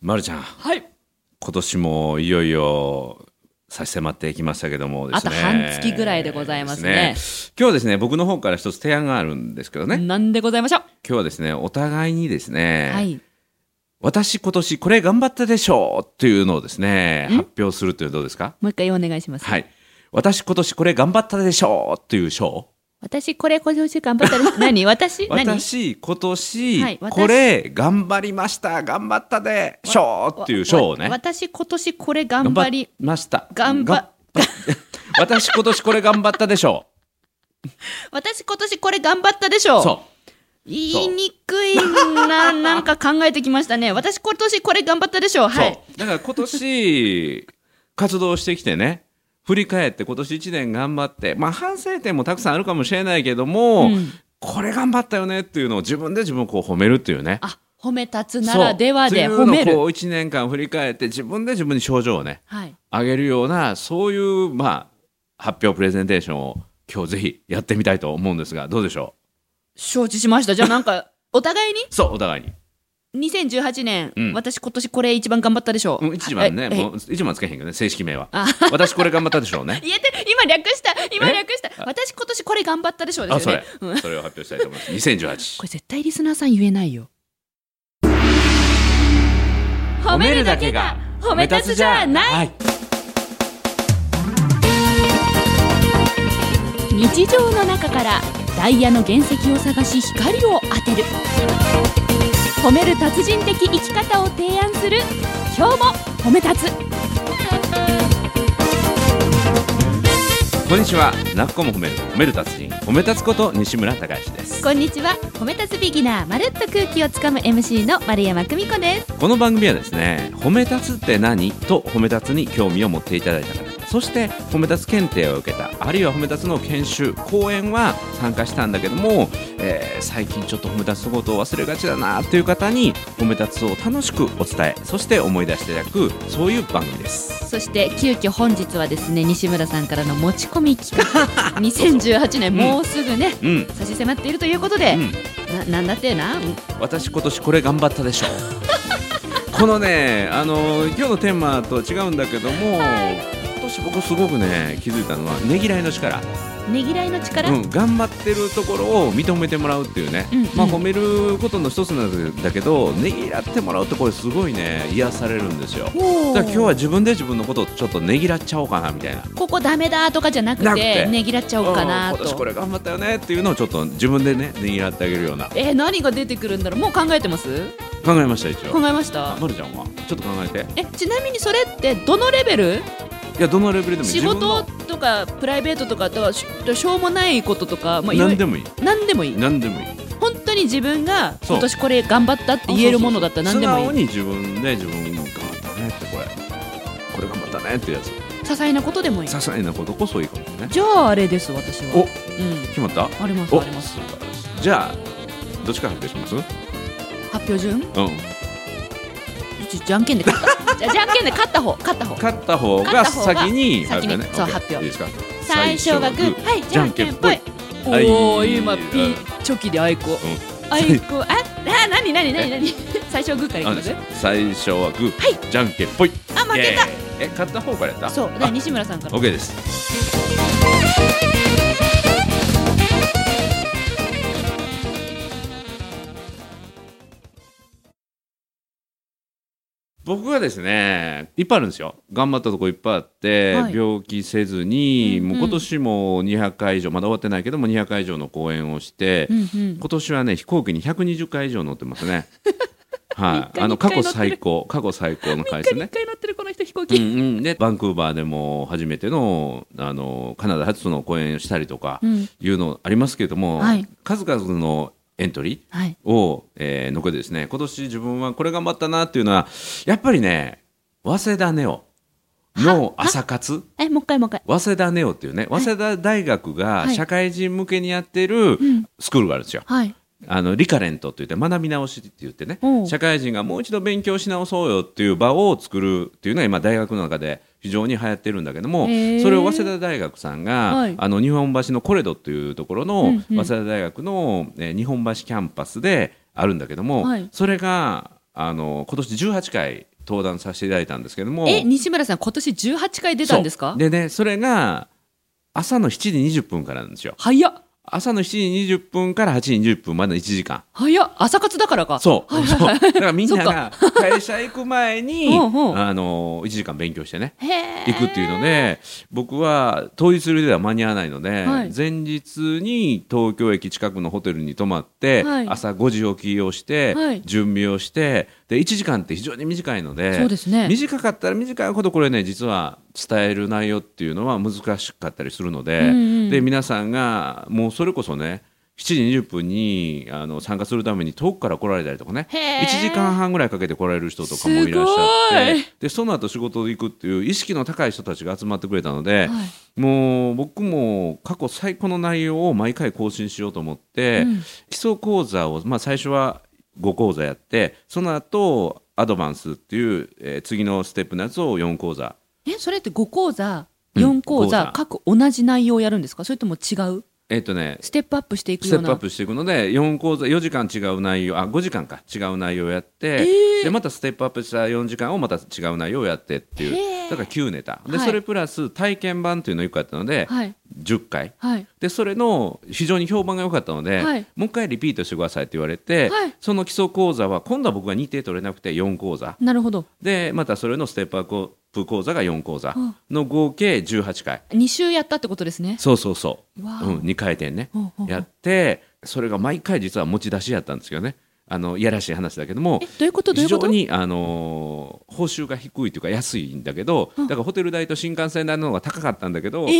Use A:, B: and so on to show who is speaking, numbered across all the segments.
A: まるちゃん、
B: はい。
A: 今年もいよいよ差し迫ってきましたけどもですね。
B: あと半月ぐらいでございますね
A: ですね今日はですね、僕の方から一つ提案があるんですけどね、今
B: なんでございましょう。
A: 日はですね、お互いにですね、
B: はい。
A: 私今年これ頑張ったでしょうっていうのをですね、発表するというのはどうですか
B: もう一回お願いします。
A: はい。私今年これ頑張ったでしょうっていう賞。
B: 私、これ、これ、頑張った です。何私何
A: 私今年、
B: はい私
A: これ頑張りました、頑張ったでしょうっていう賞をね
B: わ。私、今年これ頑張り、
A: ました。
B: 頑張
A: が私今年これ頑張ったでしょ
B: 私、今年これ頑張ったでしょ
A: う。そ
B: 言いにくいな、なんか考えてきましたね。私、今年これ頑張ったでしょう。
A: う。そ
B: は
A: う
B: い。。
A: だから今年、活動してきてね、振り返って今年1年頑張って、まあ反省点もたくさんあるかもしれないけども、これ頑張ったよねっていうのを自分で自分をこう褒めるっていうね。
B: あ、褒め立つならではで
A: そう
B: 褒め
A: っていうのを
B: る
A: こ。う1年間振り返って自分で自分に症状をね、
B: はい。
A: 上げるような、そういう、まあ、発表プレゼンテーションを今日ぜひやってみたいと思うんですが、どうでしょ
B: 承知しました。じゃあな んか、お互いに
A: うそう、お互いに。
B: 2018年、
A: うん
B: 私今年これ一番頑張ったでしょう。
A: うん、一番
B: は
A: ね、
B: いえ
A: もう一番つけへんけどね、正式名は。私これ頑張ったでしょうね。
B: 言えてる今略した今
A: え
B: 略した私今年これ頑張ったでしょう で
A: あ、
B: す
A: そ
B: よ
A: れ
B: ね、うん、こ
A: それを発表したいと思 います。2018。
B: れ絶対リスナーさん言えないよ褒
A: はい。
B: 日常の中からダイヤの原石を探し光を当てる褒める達人的生き方を提案する今日も褒め立つ
A: こんにちは。なっこも褒める、褒める達人、褒め立つこと西村隆之です。
B: こんにちは褒め立つビギナーまるっと空気をつかむ MC の丸山久美子です
A: この番組はですね、褒め立つって何と褒め立つに興味を持っていただいた方、そして褒め立つ検定を受けた、あるいは褒め立つの研修、講演は参加したんだけども、えー最近ちょっと褒め立つのことを忘れがちだなという方に、褒め立つを楽しくお伝え、そして思い出していただく、そういう番組です。
B: そして急遽本日はですね西村さんからの持ち込み企画 2018年もうすぐね、
A: うん。
B: 差し迫っているということ
A: う
B: で、
A: ん。
B: ななんだってな、うん
A: 私今年これ頑張ったでしょ このねあの今日のテーマと違うんだけども、今年僕すごくね気づいたのはねぎらいの力、
B: ねぎらいの力、
A: うん、頑張ってるところを認めてもらうっていうね、
B: うんうん
A: まあ、褒めることの一つなんだけどねぎらってもらうってこれすごいね癒されるんですよ
B: ほ
A: だ
B: う
A: から今日は自分で自分のことをちょっとねぎらっちゃおうかなみたいな
B: ここダメだとかじゃなくて
A: なくて
B: ねぎらっちゃおうかな
A: うん今年
B: と
A: こ。れ頑張ったよねっていうのをちょっと自分でねねぎらってあげるような
B: えー何が出てくるんだろうもう考えてます
A: 考えました一
B: 考
A: 応
B: えました
A: まるちゃんはちょっと考えて
B: えちなみにそれってどのレベル
A: いやどのレベルでもいい
B: 仕
A: 自分の
B: 事とかプライベートとかとはししょうもないこととか、まあ、いろ
A: 何
B: いろ
A: でもいい
B: 何でもいい
A: 何でもいい
B: 本当に自分が
A: そう
B: 今年これ頑張ったって言えるものだったら何でもいい
A: 素直に自分で自分の頑張ったねってこれこれ頑張ったねってやつ
B: 些細なことでもいい
A: 些細なことこそいいかもね
B: じゃああれです私は
A: お
B: うん
A: 決まった
B: あります
A: お
B: あります
A: 素晴らしいじゃあどっちから発表します
B: 発表順
A: うん
B: じじゃんけんで 勝ったじゃじゃんけんで勝った方勝った方
A: 勝った方が
B: 勝った方が
A: 先に
B: 先に
A: あれだね
B: そう
A: OK
B: 発表
A: いいですか
B: 最初はグーはいじゃんけんぽい
A: ぽい
B: お
A: は
B: ー
A: い
B: 今
A: うん
B: ピチョキであいこ
A: うん
B: あいこああなになになになに 最初はグーからいき
A: あ
B: ます
A: 最初はグー、
B: はい
A: じゃんけんぽい
B: あ負
A: イ
B: けた
A: エーイえ勝った方からやった
B: そうだから
A: あ
B: 西村さんから
A: OK です僕はですねいっぱいあるんですよ頑張ったとこいっぱいあって、
B: はい
A: 病気せずに、
B: うんうん
A: もう今年も200回以上まだ終わってないけども200回以上の公演をして、
B: うんうん
A: 今年はね飛行機に120回以上乗ってます ねは
B: 三日に一
A: い
B: 回
A: あの過去
B: 乗ってる
A: 最高過去最高の回
B: 一
A: 数
B: 回
A: ね
B: 一回乗ってるこの人飛行
A: う
B: 機
A: んうん、でバンクーバーでも初めてのあのカナダ初の公演をしたりとか
B: うん
A: いうのありますけれども、
B: はい
A: 数々のエントリ
B: はい
A: ーを、えー、残ってですね今年自分はこれ頑張ったなっていうのはやっぱりね早稲田ネオの朝活
B: えもう一回もう一回
A: 早稲田ネオっていうね早稲田大学が
B: はい
A: 社会人向けにやってる
B: ん
A: スクールがあるんですよ。
B: はい
A: あのリカレントといって学び直しって言ってね
B: おう
A: 社会人がもう一度勉強し直そうよっていう場を作るっていうのが今大学の中で非常に流行ってるんだけども
B: へー
A: それを早稲田大学さんが、
B: はい
A: あの日本橋のコレドっていうところ
B: う
A: の
B: んう
A: 早
B: ん
A: 稲田大学の、えー日本橋キャンパスであるんだけども、
B: はい
A: それがあの今年18回登壇させていただいたんですけども
B: え西村さん今年18回出たんです
A: そ
B: か
A: うでねそれが朝の7時20分からなんですよ
B: 早っ
A: 朝の7時20分から8時20分までの1時間
B: 早っ朝活だからか
A: そう,、
B: はい
A: そうだからみんな
B: そっ
A: が会社行く前に
B: うんうん
A: あの1時間勉強してね
B: へー
A: 行くっていうので僕は当日では間に合わないので、
B: はい
A: 前日に東京駅近くのホテルに泊まって、
B: はい
A: 朝5時起きをして、
B: はい
A: 準備をしてで1時間って非常に短いので
B: そうですね
A: 短かったら短いほどこれね実は伝える内容っていうのは難しかったりするので,、
B: うんうん
A: で皆さんがもうそれこそね7時20分にあの参加するために遠くから来られたりとかね
B: へー
A: 1時間半ぐらいかけて来られる人とかもいらっしゃって
B: すごい
A: でその後仕事行くっていう意識の高い人たちが集まってくれたので、
B: は
A: もう僕も過去最高の内容を毎回更新しようと思って、
B: うん
A: 基礎講座を、まあ、最初は5講座やってその後アドバンスっていう、えー次のステップのやつを4講座
B: えそれって5講座
A: うん
B: 4講
A: 講
B: 座,、
A: 座
B: 各同じ内容をやるんですかそれとも違う
A: えっ、とね
B: ステップアップしていく
A: ステ
B: よう
A: ップアッ
B: な
A: プしていくので4講座4時間違う内容あ5時間か違う内容をやって、でまたステップアップした4時間をまた違う内容をやってってい
B: へ
A: う
B: ー
A: だから9ネタで、
B: はい
A: それプラス体験版っていうのがよかったので、
B: はい
A: 10回
B: はい
A: でそれの非常に評判が良かったので、
B: はい
A: もう一回リピートしてくださいって言われて、
B: はい
A: その基礎講座は今度は僕が認定取れなくて4講座
B: なるほど
A: でまたそれのステップアップ講座が4講座
B: うん
A: の合計18回
B: 2週やったってことですね
A: そうそうそう、
B: わあ
A: うん、2回転ね
B: ほうほうほう
A: やってそれが毎回実は持ち出しやったんですけどねあのいやらしい話だけども
B: えどういうことどうい
A: 非
B: うこ
A: 常
B: と
A: に、あのー報酬が低いというか安いんだけど、だからホテル代と新幹線代の方が高かったんだけど
B: えー、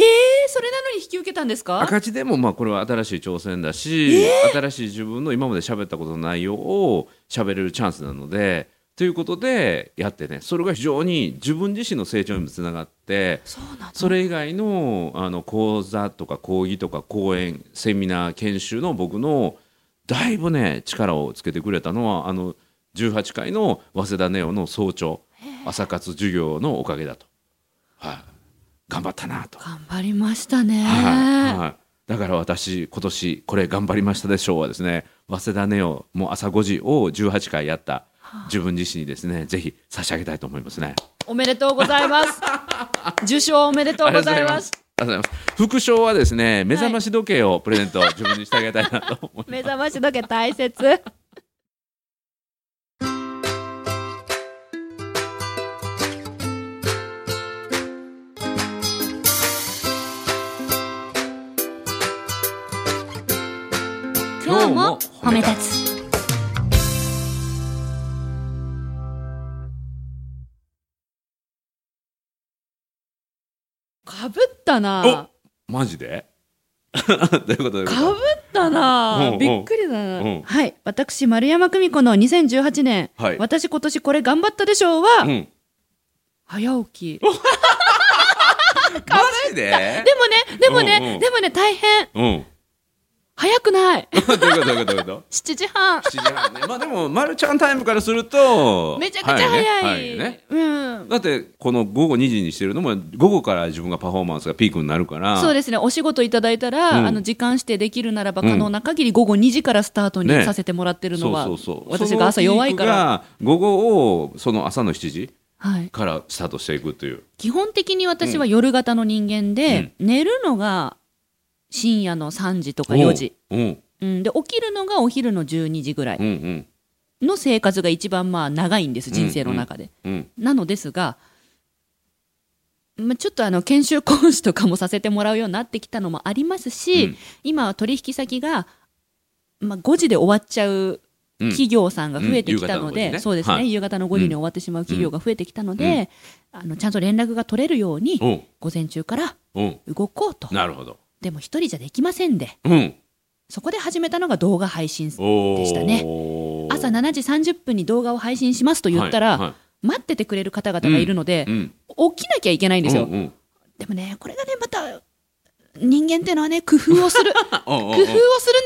B: それなのに引き受けたんですか
A: 赤字でもまあこれは新しい挑戦だし、新しい自分の今まで喋ったことの内容を喋れるチャンスなのでということでやってねそれが非常に自分自身の成長にもつながって
B: そうな
A: それ以外のあの講座とか講義とか講演セミナー研修の僕のだいぶね力をつけてくれたのはあの18回の早稲田ネオの早朝朝活授業のおかげだと、はい、頑張ったなと。
B: 頑張りましたね、
A: はいはい、だから私今年これ頑張りましたでしょうはですね早稲田ネオもう朝5時を18回やった自分自身にですねぜひ差し上げたいと思いますね
B: おめでとうございます 受賞おめでとうございます
A: ありがとうございますありがとうございます副賞はですね目覚まし時計をプレゼント自分にしてあげたいなと 思います
B: 目覚まし時計大切
A: 今日も褒め
B: 立つかぶったな
A: マジで どういうことどういうこ
B: かぶ
A: と
B: ったな
A: うんうん
B: びっくり
A: う
B: だ
A: ん
B: なはい私丸山久美子の2018年
A: はい
B: 私今年これ頑張ったでしょうは
A: うん
B: 早起き
A: マジで
B: でもねで
A: う
B: も
A: んうん
B: ねでもね大変
A: うん
B: 早くない
A: どういうことどういうことどういう こと
B: 7時半
A: 7時半ねまあでもまるちゃんタイムからすると
B: めちゃくちゃ早
A: ねね
B: いうん
A: だってこの午後2時にしてるのも午後から自分がパフォーマンスがピークになるから
B: そうですねお仕事いただいたら、
A: うん
B: あの時間してできるならば可能な限り午後2時からスタートに
A: ね
B: させてもらってるのは、
A: そうそうそう
B: 私が朝弱いから、
A: そのピークが午後をその朝の7時
B: はい、
A: からスタートしていくという
B: 基本的に私は夜型の人間で、寝るのが深夜の3時とか4時、
A: うんうん
B: うん、で起きるのがお昼の12時ぐら
A: う
B: い
A: ん
B: の生活が一番まあ長いんです人生の中で、
A: うん
B: なのですが、まあ、ちょっとあの研修講師とかもさせてもらうようになってきたのもありますし、
A: うん
B: 今は取引先が、まあ、5時で終わっちゃう
A: うん
B: 企業さんが増えてきたので、
A: うんうん
B: そうですね、
A: はい
B: 夕方の5時に終わってしまう企業が増えてきたので、あのちゃんと連絡が取れるように、
A: うん
B: 午前中から
A: うん
B: 動こうと、
A: なるほど
B: でも一人じゃできませんで、
A: うん
B: そこで始めたのが動画配信、
A: おー
B: でしたね朝7時30分に動画を配信しますと言ったら、
A: はいは
B: 待っててくれる方々がいるので
A: い、うん
B: 起きなきゃいけないんですよ。
A: うんうん
B: でもね、これがね、また、人間ってのはね、工夫をする。
A: あ おうおうお
B: 工
A: う
B: 夫をするんで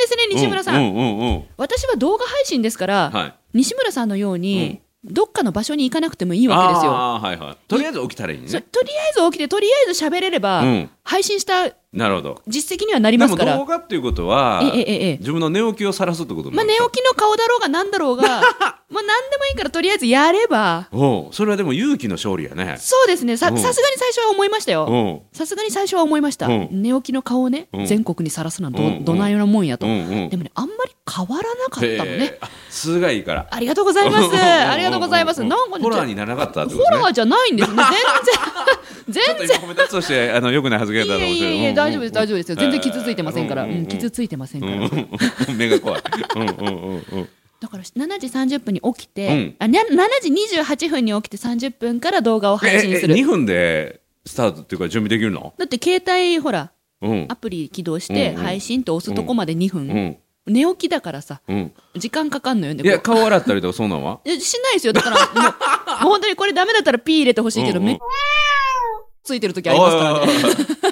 B: すね、西村さん。
A: うんうんうんうん
B: 私は動画配信ですから、
A: はい
B: 西村さんのように、どっかの場所に行かなくてもいいわけですよ。
A: あーはいはいとりあえず起きたらいい
B: そ
A: ね
B: とりあえず起きて、とりあえず喋れれば、
A: うん
B: 配信した
A: なるほど
B: 実績にはなり
A: で
B: ま
A: も
B: すから
A: 動画っていうことは
B: ええええええ
A: 自分の寝起きをさらすってことに
B: ま
A: な
B: あ、
A: る
B: 寝起きの顔だ ろうが何だろうがまあ何でもいいからとりあえずやれば
A: おうそれはでも勇気の勝利やね
B: そうですねさ
A: う
B: さ
A: ん
B: すがに最初は思いましたよ
A: おう
B: さすがに最初は思いました
A: うん
B: 寝起きの顔をね
A: うん
B: 全国にさらすのは
A: う
B: ど
A: ん
B: どないようなもんやと
A: うん
B: で
A: うん
B: もねあんまり変わらなかったのね
A: へえあ数がいいから
B: ありがとうござ いますありがとうございます
A: うんうん
B: なんかね
A: ホラーにならなかったってこ
B: ホ
A: とね
B: ラーじゃないんですね全然
A: ちょ
B: 全
A: っ
B: 然
A: と今褒め立つとしてあのよくない発言
B: い
A: だと思
B: や
A: う
B: い
A: けど
B: やいや大丈夫です大丈夫ですよ全然傷ついてませんから、
A: う
B: うんん
A: うんうん
B: 傷ついてませんから、
A: うん目が怖 いうんうんうんうん
B: だから7時30分に起きて、
A: うん
B: あにゃ7時28分に起きて30分から動画を配信する
A: ええ2分でスタートっていうか準備できるの
B: だって携帯ほら
A: うん
B: アプリ起動し
A: う
B: て
A: んうん
B: 配信って押すとこまで2分、
A: うん
B: 寝起きだからさ
A: うん
B: 時間かかんのよね
A: いや
B: こ
A: 顔洗ったりとかそんなんは
B: ういやしないですよだからもうもう本当にこれダメだったらピー入れてほしいけど、
A: うんうん
B: めっちゃついてる時ありますからね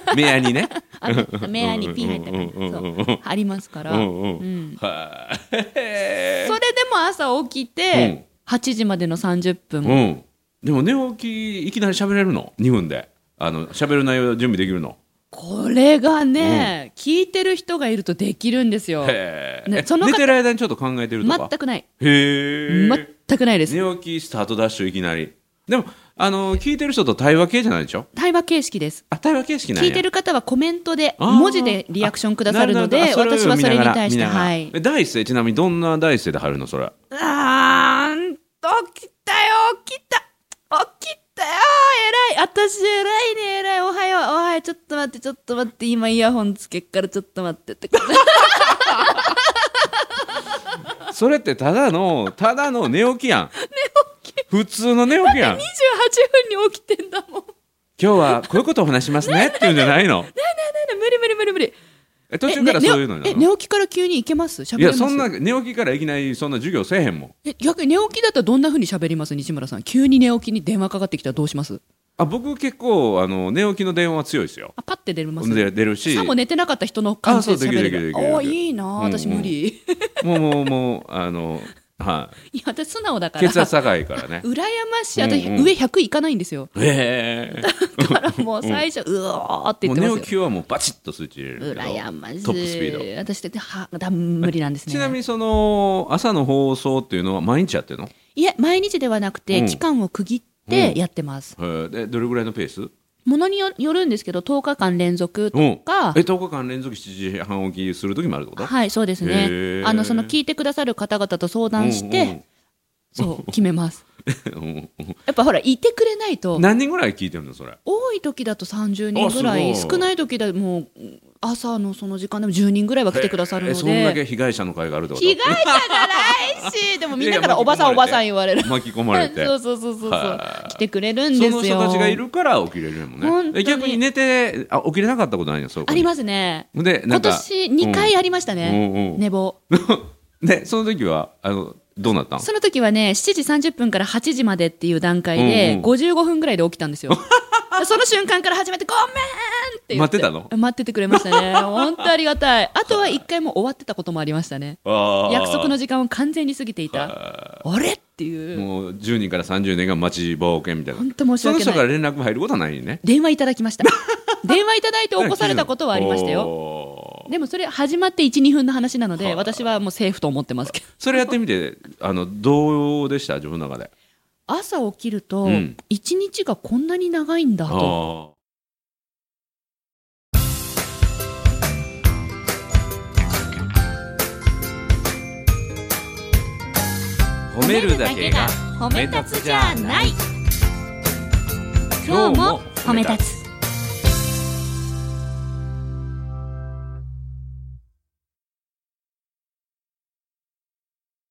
A: らね目やにね
B: あ目やにピー入れて
A: うんうんうんうん
B: そうありますから、
A: うんうん
B: うん
A: は
B: それでも朝起きて、8時までの30分、
A: いうんでも寝起きいきなり喋れるの2分であの喋る内容準備できるの
B: これがね、聞いてる人がいるとできるんですよ
A: へえ
B: ねその方
A: 寝てる間にちょっと考えてると
B: 全
A: か
B: くない
A: へえ
B: 全くないです
A: 寝起きスタートダッシュいきなりでもあの聞いてる人と対話系じゃないでしょ
B: 対話形式です
A: あ対話形式なん
B: 聞
A: や
B: いてる方はコメントで
A: あー
B: 文字でリアクションくださるの
A: な
B: で
A: ほどあ
B: 私はそれに対して
A: 見ながら
B: はい
A: 見ながらえ第一声ちなみにどんな第一声で入るのそれ
B: あーんと起きたよ起きた起きたよ偉い私偉いね偉いおはようおはようちょっと待ってちょっと待って今イヤホンつけっからちょっと待ってって
A: それってただのただの寝起き やん寝起き普通の寝起きやん
B: 28分に起きてんだもん。
A: 今日はこういうことを話しますねっていうんじゃないの
B: ねえねえ無理無理無理無理。
A: え途中から
B: えね
A: そういうのにな
B: え
A: る
B: 寝
A: の
B: 起きから急に行けます？喋
A: い
B: れま
A: や
B: す？
A: そんな寝起きからいきなりそんな授業せえへんもん
B: え逆に寝起きだったらどんな風に喋ります西村さん。急に寝起きに電話かかってきたらどうします？
A: あ僕結構あの寝起きの電話は強いですよ
B: あパって出ます。
A: で出るし
B: さも寝てなかった人の感じで喋れ
A: あそうできるで
B: る
A: きるできる
B: おーいいなあ
A: うんうん
B: 私無理
A: もうもうもうあのはい
B: や私素直だから
A: 血圧高いからね
B: 羨ましい私、
A: うんうん
B: 上100いかないんですよ
A: ええ
B: だからもう最初、うおーって言
A: も
B: っ
A: う寝
B: てま
A: 起
B: す
A: き
B: よ
A: はもうバチッとスイッチ入れるけど
B: 羨ましい
A: トップスピー
B: 私ってはだ無理なんです
A: ド
B: ね
A: ちなみにその朝の放送っていうのは毎日やってるの
B: いえ毎日ではなくて、
A: うん
B: 期間を区切ってやってます、
A: えーでどれぐらいのペース
B: ものによよるんですけど10日間連続とか、
A: え10日間連続7時半起きする時もあるってこと
B: はいそうです
A: へ
B: ね
A: ー
B: あのその聞いてくださる方々と相談して、そう決めます
A: うんうんうんうん
B: やっぱほらいてくれないと
A: 何人ぐらい聞いてるのそれ
B: 多い時だと30人ぐらい
A: あすごい
B: 少ない時だもう朝のその時間でも10人ぐらいは来てくださる
A: え
B: の
A: そんだ
B: で
A: け被害者の会があるってこと
B: 被害者じゃないしでもみんなから
A: いやいや
B: おばさんおばさん言われる
A: 巻き込まれて
B: そうそうそうそうそう
A: は
B: 来てくれるん
A: そ
B: です
A: の
B: よ
A: 人たちがいるから起きれるもん
B: 本当
A: ね
B: に
A: え逆に寝てあ起きれなかったことないのそこ
B: あ
A: に
B: りますね
A: でな
B: 今
A: んか
B: 年2回ありましたね、
A: うんうん
B: 寝坊
A: でその時はあのどうなったん
B: その時はね、7時30分から8時までっていう段階
A: う
B: で、
A: んうん
B: 55分ぐらいで起きたんですよ。その瞬間から始めて、ごめんって言っ
A: 待
B: て。
A: ってた
B: 待っててくれましたね。本当ありがたい。あとは一回もう終わってたこともありましたね。約
A: 約
B: 束の時間を完全に過ぎていた。あれっていう。
A: もう10人から30人が待ちぼうけみたいな
B: 本当申し
A: その
B: 訳
A: 人か
B: な
A: ら
B: い。
A: 連絡も入ることはないね
B: 電話いただき ました。電話いただいて起こされたことはありましたよ。
A: よ
B: でもそれ始まって1、2分の話なので、
A: はあ
B: 私はもうセーフと思ってますけど。
A: それやってみてあのどうでした自分の中で
B: 朝起きると
A: うん、
B: 一日がこんなに長いんだと。
A: あー褒めるだけが
B: 褒
A: め立つじゃない
B: 今日も褒め立つ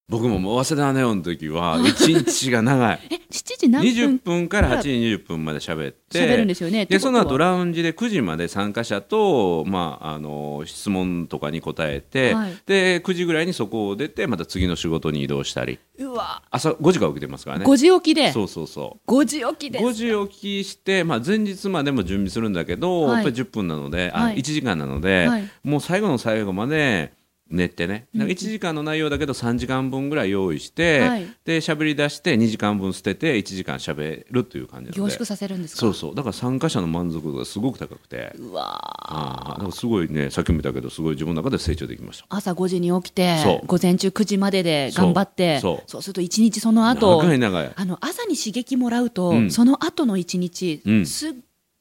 A: 僕ももう早稲田ネオンの時は一日が長い
B: え7時 何分
A: 20分から8時20分まで喋って
B: 喋るんですよねって
A: で
B: こと
A: そ
B: は
A: の後ラウンジで9時まで参加者と、まあ、あの質問とかに答えて、
B: はい
A: で9時ぐらいにそこを出てまた次の仕事に移動したり
B: うわ
A: 朝5時から起きてますからね
B: 5時起きで
A: そうそうそう
B: 5時起きで
A: 5時起きして、まあ、前日までも準備するんだけど、
B: はい
A: やっぱり10分なので、あ
B: はい
A: 1時間なので、
B: はい
A: もう最後の最後まで寝てね1時間の内容だけど3時間分ぐらい用意して、
B: はい
A: で喋り出して2時間分捨てて1時間喋るという感じなので
B: 凝縮させるんですか
A: そうそうだから参加者の満足度がすごく高くて
B: うわー
A: ああだからすごいねさっきも言ったけどすごい自分の中で成長できました
B: 朝5時に起きて
A: そう
B: 午前中9時までで頑張って
A: そうそう
B: すると1日その後
A: 長い長い
B: あの朝に刺激もらうと、
A: うん
B: その後の1日、
A: うん
B: すっ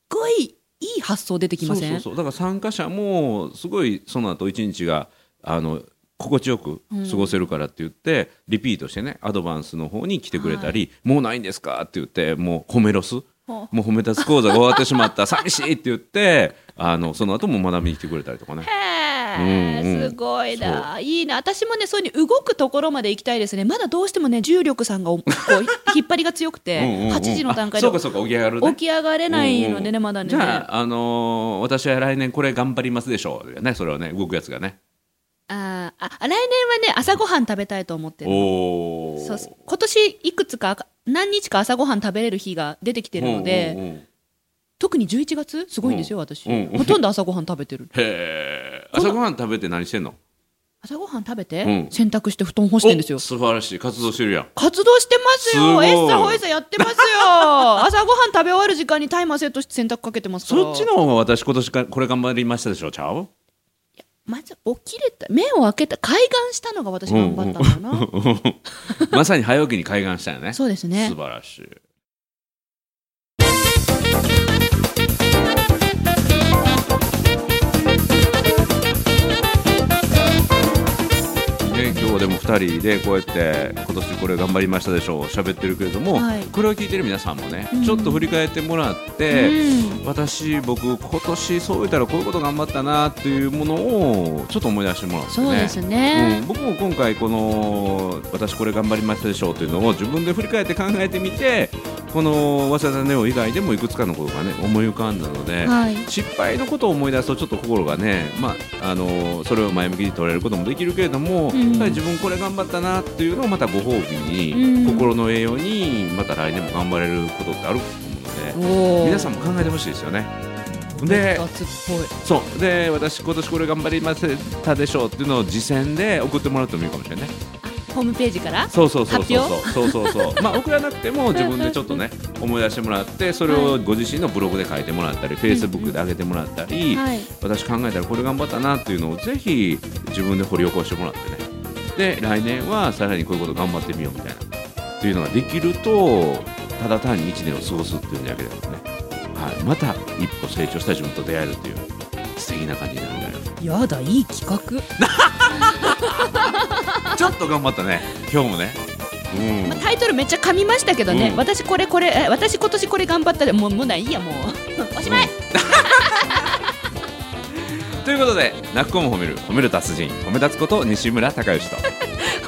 B: ごいいい発想出てきません
A: そうそうそうだから参加者もすごいその後一日があの心地よく過ごせるからって言って、リピートしてねアドバンスの方に来てくれたり、もうないんですかって言ってもう褒めロスも
B: ほ
A: う褒め立つ講座が終わってしまった 寂しいって言ってあのその後も学びに来てくれたりとかね。
B: へ
A: うんうん
B: ーすごいな、いいな、私もね、そういうふうに動くところまで行きたいですね、まだどうしてもね、重力さんがお こう引っ張りが強く
A: う
B: て、
A: んうんうん
B: 8時の段階
A: あ
B: で
A: そうかそうか起き上がるね
B: 起き上がれないのでね、まだね。
A: じゃあ、あのー私は来年これ頑張りますでしょうねそれはね動くやつがね
B: あーあ来年はね、朝ごはん食べたいと思ってる
A: おお
B: そうそう今年いくつか、何日か朝ごはん食べれる日が出てきてるので、
A: うんうんうん
B: 特に11月、すごいんですよ、私、
A: うんうん
B: ほとんど朝ごはん食べてる。
A: へえ朝ごはん食べて何してんの
B: 朝ごはん食べて、
A: うん
B: 洗濯して布団干してんですよ
A: お。素晴らしい活動してるやん
B: 活動してます
A: すご
B: よ。
A: い
B: エッサホイサやってますよ。 朝ごはん食べ終わる時間にタイマーセットして洗濯かけてますから。
A: そっちの方が私今年かこれ頑張りましたでしょちゃう
B: まず起きれた、目を開けた、開眼したのが私頑張ったんだな。
A: まさに早起きに開眼したよね
B: そうですね
A: 素。晴らしいね、今日でも2人でこうやって今年これ頑張りましたでしょう喋ってるけれども、
B: はい
A: これを聞いてる皆さんもね、
B: うん
A: ちょっと振り返ってもらって、
B: う
A: 私僕今年そう言ったらこういうこと頑張ったなっていうものをちょっと思い出してもらってね
B: そうですね
A: うん、僕も今回この私これ頑張りましたでしょうというのを自分で振り返って考えてみてこの早稲田ネオ以外でもいくつかのことがね思い浮かんだので、
B: はい。
A: 失敗のことを思い出すとちょっと心がね、まあ、あのそれを前向きに捉えることもできるけれども、
B: うん
A: やっぱり自分これ頑張ったなっていうのをまたご褒美に、
B: うん
A: 心の栄養にまた来年も頑張れることってあると思うので。
B: お
A: 皆さん
B: ん
A: も考えてほしいですよね。で
B: 夏っ
A: そうで私今年これ頑張りましたでしょうっていうのを次戦で送ってもらってもいいかもしれないね
B: ぽい。ホームページから
A: そうそうそうそう
B: 発
A: そうそうそう そうまあ送らなくても自分でちょっとね思い出してもらってそれをご自身のブログで書いてもらったり、フェイスブックで上げてもらったり、
B: はい。
A: 私考えたらこれ頑張ったなっていうのをぜひ自分で掘り起こしてもらってねで来年はさらにこういうこと頑張ってみようみたいなっていうのができるとただ単に1年を過ごすっていうんだけでもね、はい、また一歩成長した自分と出会えるっていう素敵な感じになるんだよ
B: やだ、いい企
A: ちょっと頑張ったね今日もねうん
B: 画。タイトルめっちゃ噛みましたけどね。
A: うん
B: 私これこれ、え私今年これ頑張ったで、もう、もうないい や、もう。おしまい、
A: うんということで泣く子も褒める褒める達人褒め立つこと西村孝之と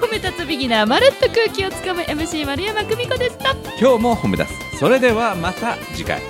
B: 褒め立つビギナー、まるっと空気をつかむ MC 丸山久美子でした。
A: 今日も褒め立つそれではまた次回